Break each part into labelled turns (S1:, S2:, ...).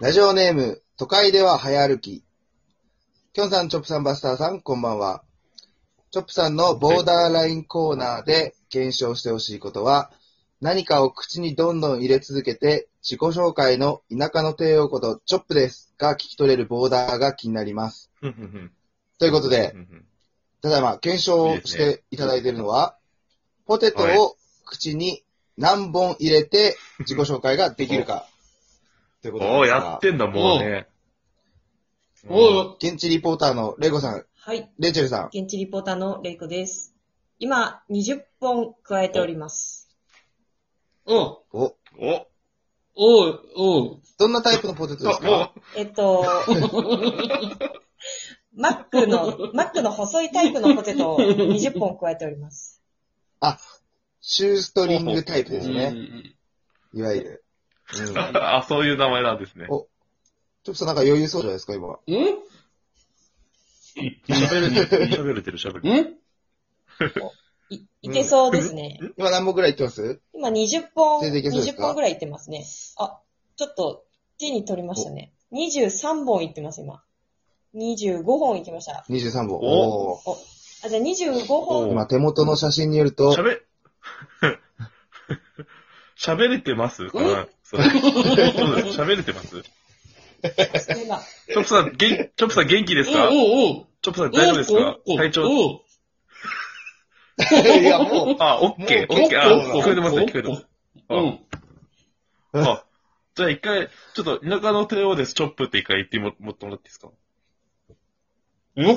S1: ラジオネーム、都会では早歩き。きょんさん、チョップさん、バスターさん、こんばんは。チョップさんのボーダーラインコーナーで検証してほしいことは、何かを口にどんどん入れ続けて、自己紹介の田舎の帝王こと、チョップですが聞き取れるボーダーが気になります。
S2: ふんふんふん
S1: ということで
S2: ふ、んふん
S1: ただいま検証していただいているのは、ポテトを口に何本入れて自己紹介ができるか。ということ
S2: おー、
S1: ですが
S2: やってんだ、もうね。
S3: おう、
S1: 現地リポーターのレイコさん、
S4: はい。
S1: レイチェルさん、
S4: 現地リポーターのレイコです。今、20本加えております。
S3: おう、
S1: お、
S2: お
S3: おう、おう。
S1: どんなタイプのポテトです
S2: あも
S1: か
S4: えっと、 マックの、マックの細いタイプのポテトを20本加えております。
S1: シューストリングタイプです
S3: うん
S1: ね。いわゆる。うん。ち
S2: う
S1: ょっ
S2: あ、そういう名前なんですね。
S1: おとなんか余裕そうじゃないですか、今。
S3: うん。ん
S2: 喋れてる、喋れてる、喋れてる。
S3: ん
S4: い、いけそうですね。
S1: 今何本くらいいってます
S4: 今20本、
S1: 全然いけそうです
S4: 20
S1: か
S4: 本ぐらいいってますね。あ、ちょっと手に取りましたね。23本いってます、今。25本いきました。
S1: ?23 本。
S2: お
S1: おー
S4: あ、じゃあ25
S2: お
S4: 本、
S1: 今手元の写真によると、
S2: 喋、 喋れてますかなそれそうです喋れてますチ
S4: それが
S2: ョップさん、げん、チョップさん元気ですか
S3: おう、おう、
S2: チョップさん大丈夫ですか
S3: おう
S2: 体調
S3: おう、
S1: いやもう、
S2: あ、オッケー、オッケー、あ、聞こえてます、聞こえてます。
S3: おう。うん。
S2: あ、じゃあ一回、ちょっと田舎の帝王です、チョップって一回言ってももってもらっていいです か
S3: おう、おう、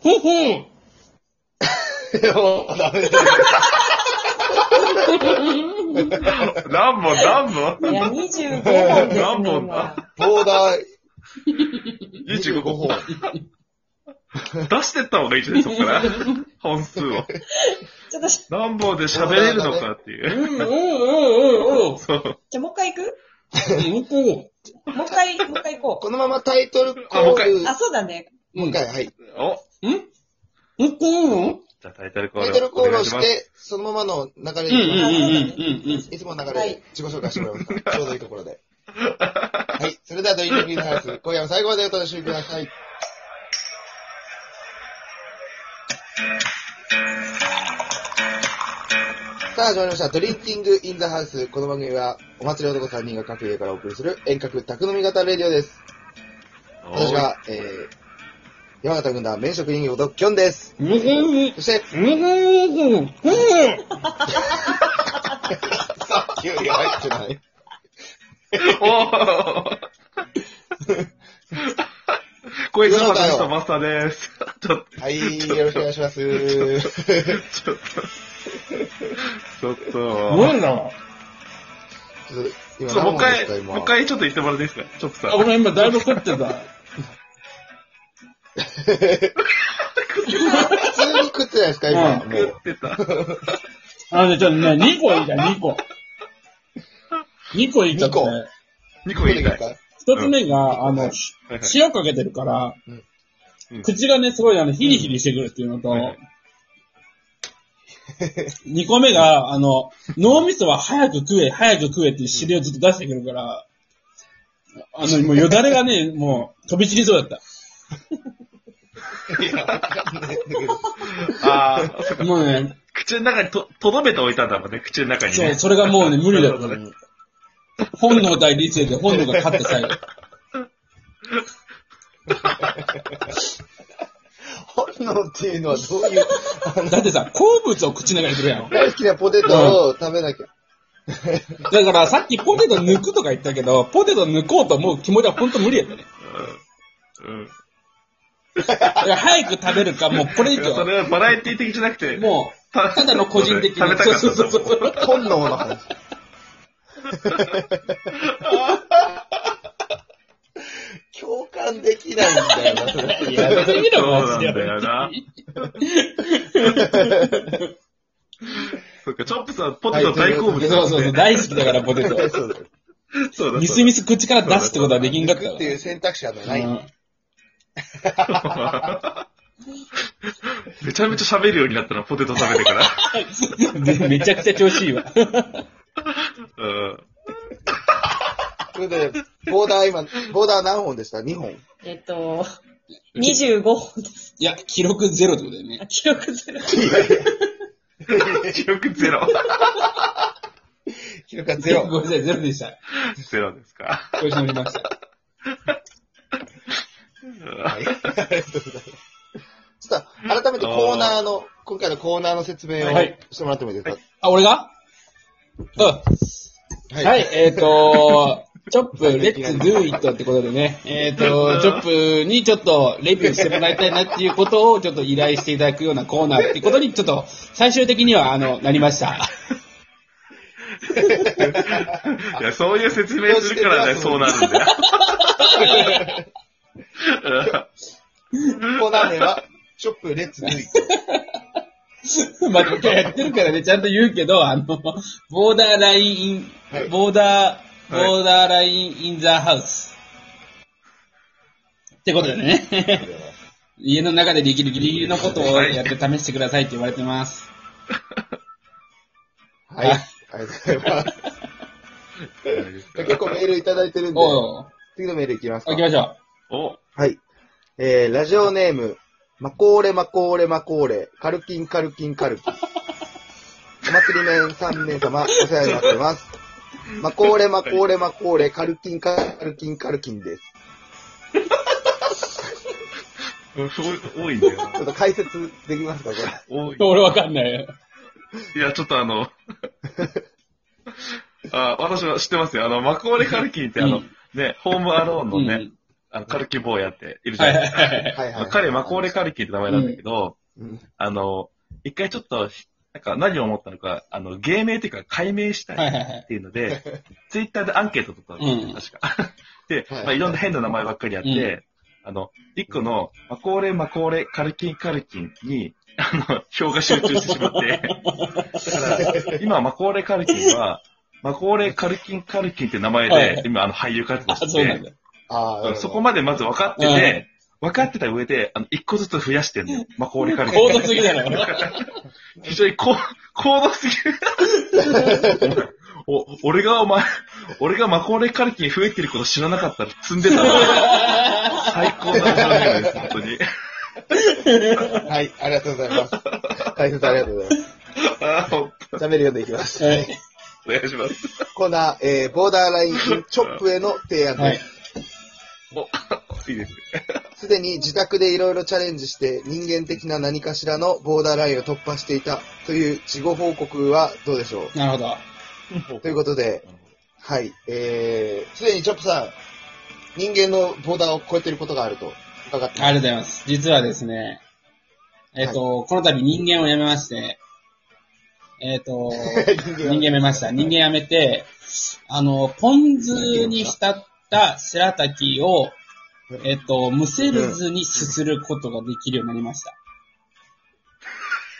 S3: ほうほう。
S1: もうダメだ。
S2: 何本、何本
S4: いや、25本です
S2: 何
S4: ね、
S2: 本
S4: 今。
S1: ボーダー
S2: ?25
S1: 本
S2: 本。。 出してった方がいいじゃない、そっ から。本数を。
S4: ちょっとし、
S2: 何本で喋れるのかっていう。
S3: うん、おう、おう、おう、おう。
S2: そう。
S4: じゃあもう一回行く
S3: おう、おう。
S4: もう一回、もう一回行こ
S1: このままタイトルコ
S2: あもう一
S1: ール
S2: 回。
S4: う。あ、そうだね。
S3: う
S1: もうん一。回、はい。
S2: お、
S3: うん、こ
S2: じゃあタイトルコール。
S1: タイトルコール
S2: お願
S1: を
S2: いし
S1: し
S2: ます。
S1: て、そのままの流れ
S3: ううん、う
S1: でいき
S3: ん、
S1: ま
S3: う
S1: す、
S3: ん、うん、うん。
S1: いつもの流
S4: は
S1: れ
S4: い
S1: で自己紹介してもらいますから、ちょうどいいところで。はい。それではドリンクビーズハウ ス、今夜も最後までお楽しみください。さあ、始まりました。ドリンキングインザハウス。この番組は、お祭り男3人が各家からお送りする遠隔宅飲み型レディオです。私
S2: お
S1: は、えー、山形軍団、名職人形とキョンです。
S3: うん、うん、
S1: そ して、
S3: うん、うん。
S1: さっきより入ってない。
S2: お ー声するまでしたマスターです。ちょっと、
S1: はい、よろしくお願いします。
S2: ちょっと、ちょっ
S3: すご
S2: と、
S3: いな。
S1: ちょっと今
S2: そうもう一
S1: 何本ですか
S2: 回、
S1: 今
S2: もう一回ちょっと言ってもらっていいですかチョップさん。
S3: あ、俺今だいぶ食ってた。
S1: 普通に食ってないですか、今。
S3: うん
S1: もう
S2: 食ってた。
S3: あのね、ちょっとね、2個いいか、2個。2個いいかって、
S1: 二
S2: 2個言いたい。
S1: か
S3: 1つ目が、あの、
S2: はいはい
S3: 塩かけてるから
S1: うん
S2: うん、
S3: 口がね、すごいあの、ヒリヒリしてくるっていうのと
S2: はいは い、
S3: 2個目が、あの、脳みそは早く食え、早く食えっていう指令をずっと出してくるから、あの、もうよだれがね、もう飛び散りそうだ
S2: あ
S3: っ。
S2: ーそったか
S3: もうね、
S2: 口の中にと、とどめておいたんだもんね、口の中に
S3: そう、
S2: ね。
S3: それがもうね、無理だった
S2: なるほど。ね
S3: 本能対理性で本能が勝って最後。
S1: 本能っていうのはどういう、あの
S3: だってさ、好物を口の中に入れてるやん。
S1: 大好きなポテトを食べなきゃ。
S3: だからさっきポテト抜くとか言ったけど、ポテト抜こうと思う気持ちは本当無理やったね。
S2: うん。うん
S3: だから早く食べるか、もうこれ
S2: い
S3: 以
S2: やそ
S3: 上、
S2: れはバラエティ的じゃなくて、
S3: も
S2: た
S3: う、ただの個人的に。
S2: 食べたかったんだもん。
S3: そうそうそう。
S1: 本能の話。共感できないんだよな、それ。
S3: やめてみろ、
S2: そうな
S3: マ
S2: ん
S3: ジ
S2: だ
S3: で。
S2: よ な。そっか、チョップさん、ポテト大好物
S3: そうそうそう、
S2: だ
S3: 大好きだからポテ
S1: そ
S3: ト。
S1: うだよ。
S2: そうだ。
S3: みすみす口から出すってことはできんかった
S1: 行くっていう選択肢はない。
S3: わ。
S2: めちゃめちゃ喋るようになったな、ポテト食べてから。
S3: うんめちゃくちゃ調子いいわ。
S2: うん。
S1: それで、ボーダー今、ボーダー何本でした ?2 本。
S4: えっと、25本です。
S3: いや、記録ゼロってことだよね。
S4: あ記録ゼロ。
S2: 記録ゼロ。
S1: 記録がゼロ。
S3: ごめんなさい、ゼロでした。
S2: ゼロですか。
S3: 調子乗りました。
S1: はいありがとうございます。ちょっと、改めてコーナーの、今回のコーナーの説明を
S3: はい
S1: してもらってもいいですか
S3: あ、俺がうん。
S1: は
S3: はい、えっ、と、チョップ、レッツドゥイットってことでね、えっ、と、チョップにちょっとレビューしてもらいたいなっていうことをちょっと依頼していただくようなコーナーってことに、ちょっと最終的には、あの、なりました。
S2: いや、そういう説明するからね、そうなるんだよ。
S1: コーナー名は、ショップレッツドゥイット。
S3: まあ、今日やってるからね、ちゃんと言うけど、あの、ボーダーライン、
S1: はい
S3: ボーダー、
S2: はい
S3: ボーダーラインインザハウス。ってことでね、家の中でできるギリギリのことをやって試してくださいって言われてます。
S1: はい。ありがとうございます。じゃあ結構メールいただいてるんで、
S3: おう、
S1: 次のメールいきますか
S3: 行き。ましょう。
S2: お、
S1: はい。えー、ラジオネーム、マコーレマコーレマコーレ、カルキンカルキンカルキン。お祭り面3名様、お世話になってます。マコーレマコーレマコーレ、カルキンカルキンカルキンです。
S2: すごい、多いんだよ
S1: ちょっと解説できますか、これ。
S2: 多い。
S3: 俺わかんない。
S2: いや、ちょっとあの、あ私は知ってますよ。あの、マコーレ・カルキンって、あの、
S3: うん
S2: ね、ホームアローンのね、
S3: うん
S2: あのカルキン坊やっているじゃ
S3: は
S2: ない
S3: い
S2: ですか。
S3: はいはい。
S1: はいはい、はい。
S2: 彼、マコーレ・カルキンって名前なんだけど、
S1: うん
S2: あの、一回ちょっと、なんか何を思ったのか、あの、芸名っていうか解明した
S3: はい
S2: い
S3: はいはい
S2: っ。ていうので、 ツイッターでアンケート取ったの、
S3: うん
S2: 確か。 で、
S1: はい
S2: まあ、いろんな変な名前ばっかりあって、
S3: うん
S2: あの、一個の、マコーレ、マコーレ、カルキン、カルキンに、あの、票が集中してしまって、だから、今、マコーレ、カルキンは、マコーレ、カルキン、カルキンって名前
S3: はいは
S2: で
S3: い、
S2: 今、あの、俳優活動
S3: あ、
S2: して
S3: そうなん
S2: て、
S3: だ。
S1: ああ、
S2: そこまでまず分かってて、分かってた上で、あの、一個ずつ増やしてんのよ。マコーレ、カルキン
S3: 高。度すぎだ ろ。
S2: 非常に高、高度すぎる。お、俺がお前、俺がマコーレーカルキン増えてること知らなかったら積んでたな。最高な話です、本当に。
S1: はい、ありがとうございます。解説ありがとうございます。
S2: あーほんと
S1: じゃあメール読んでいきます。
S3: はい
S2: お願いします。
S1: コーナー、えー、ボーダーライン チョップへの提案です。
S3: はい。
S2: いいですね。
S1: すでに自宅でいろいろチャレンジして人間的な何かしらのボーダーラインを突破していたという事後報告はどうでしょ
S3: なるほど。
S1: うということで、はい、えー、すでにチョップさん、人間のボーダーを超えていることがあると伺って
S3: あ
S1: ま
S3: りがとうございます。実はですね、えっ、と、この度人間を辞めまして、えっ、 と、
S1: す。
S3: 人間辞めました。人間辞めて、あの、ポン酢に浸った白滝を、えっ、と、むせるずにすすることができるようになりました。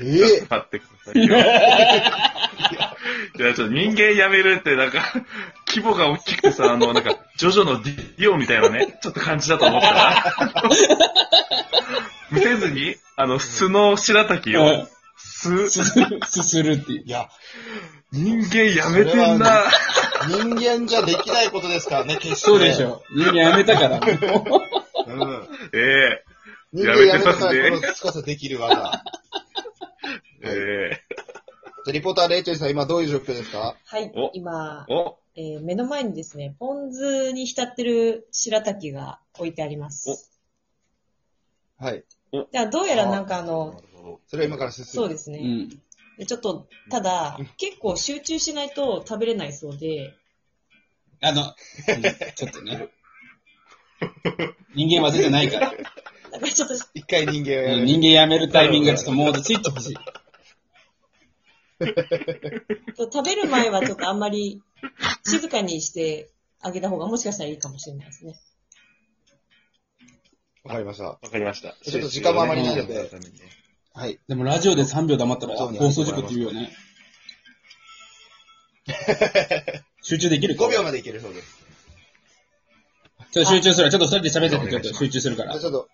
S1: え
S2: 待ってくださいよ。いや、ちょっと人間やめるって、なんか、 規模が大きくてさ、あの、なんか、ジョジョのディオみたいなね、ちょっと感じだと思ったら、見せずに、あの、素の白滝を、
S3: うん
S2: 素、
S3: すする、すするっていう
S1: ー、。いや、
S2: 人間やめてん
S1: それは
S2: な。
S1: 人間じゃできないことですからね、決して。
S3: そうでし。ょ。人間辞めたから。
S1: うん。
S2: え
S1: 人間やめた
S2: や
S1: か
S2: め
S1: ら
S2: てま
S1: このつかさできる技。
S2: ええ
S1: でリポーターレイチェルさん、今どういう状況ですか
S4: はい
S2: お、
S4: 今
S2: え、お、
S4: えー目の前にですね、ポン酢に浸ってる白滝が置いてあります。
S1: はい。
S4: じゃあ、どうやらなんかあの、
S1: それを今から進む。
S4: そうです
S3: う
S4: ね。
S3: ん。
S4: でちょっと、ただ、結構集中しないと食べれないそうで、
S3: あの、うんちょっとね。人間忘れてないから。
S4: なんかちょっと、
S1: 一回人間をや
S3: う
S1: める。
S3: ん人間辞めるタイミングがちょっともうスイッチ欲しい。
S4: 食べる前はちょっとあんまり静かにしてあげた方がもしかしたらいいかもしれないですね。
S1: わかりました。
S2: わかりました。
S1: ちょっと時間もあまりないのではい。
S3: でもラジオで3秒黙ったら
S1: そうね
S3: 放送事故って言う よね。集中できる
S1: 5秒までいけるそうです。
S3: ちょっと集中する。ちょっと二人で喋ってて、ちょっと集中するか
S1: じ
S3: ら
S1: ゃあ。ちょっと。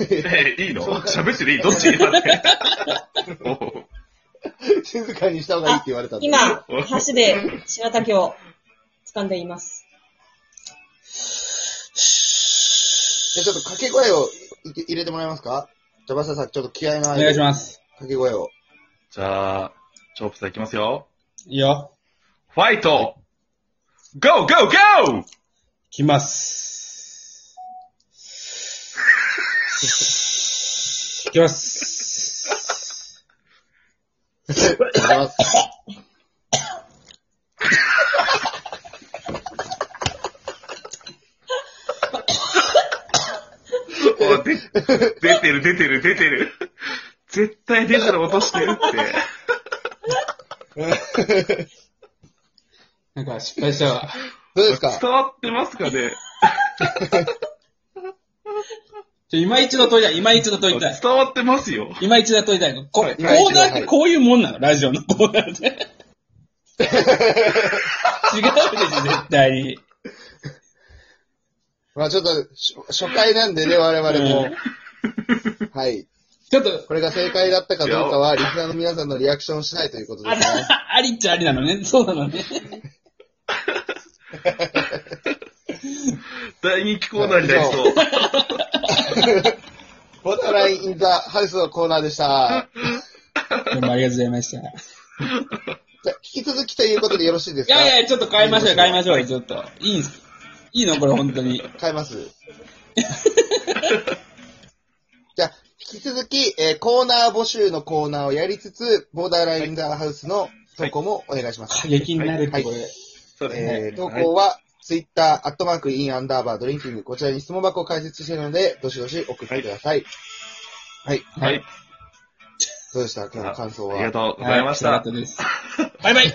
S2: ええいいの喋ってていいどっちだって。お
S1: 静かにした方がいいって言われたんで。
S4: 今、箸で白滝を掴んでいます。
S1: じゃあちょっと掛け声をい入れてもらえますかじゃあ、バスターさん、ちょっと気合の
S3: お
S1: あ
S3: 願い
S1: る
S3: します。
S1: 掛け声を。
S2: じゃあ、チョップさんいきますよ。
S3: いいよ。
S2: ファイト !Go, go, go!
S3: 来ます。来ます。
S1: お願いします。
S2: おで出てる、出てる、出てる。絶対出たら落としてるって。
S3: なんか失敗したわ。
S1: どうです か
S2: 伝わってますかね
S3: ちょ、今一度問いたい。今一度問いたい。
S2: 伝わってますよ。
S3: 今一度問いたいの。こ、
S1: はい
S3: コーナーってこういうもんなのラジオのコーナー って。違うでしょ、絶対に。
S1: まあちょっと、し初回なんでね、我々も。はい。
S3: ちょっと、
S1: これが正解だったかどうかは、リスナーの皆さんのリアクション次第ということで
S3: あ
S1: す
S3: り
S1: ね。
S3: ありっちゃありなのね。そうなのね。
S2: 大人気コーナーになりそう。
S1: ボーダーラインインザハウスのコーナーでした。
S3: どうもありがとうございました。い
S1: じゃあ引き続きということでよろしいですか
S3: やいや、ちょっと変えましょう、変えましょう、ちょっと。いいんすいいのこれ、本当に。
S1: 変えます。じゃあ、引き続き、えーコーナー募集のコーナーをやりつつ、ボーダーラインインザハウスの投稿もお願いします。
S3: 過激になるって、これ。
S2: そうですね。
S1: えー投稿は、ツイッター、アットマーク、イン、アンダーバー、ドリンキング、こちらに質問箱を開設しているので、どしどし送ってください。はい。
S2: はい。
S1: どうでした今日の感想
S2: ありが
S1: は。
S2: とうございました。
S3: はいそういうことですバイバイ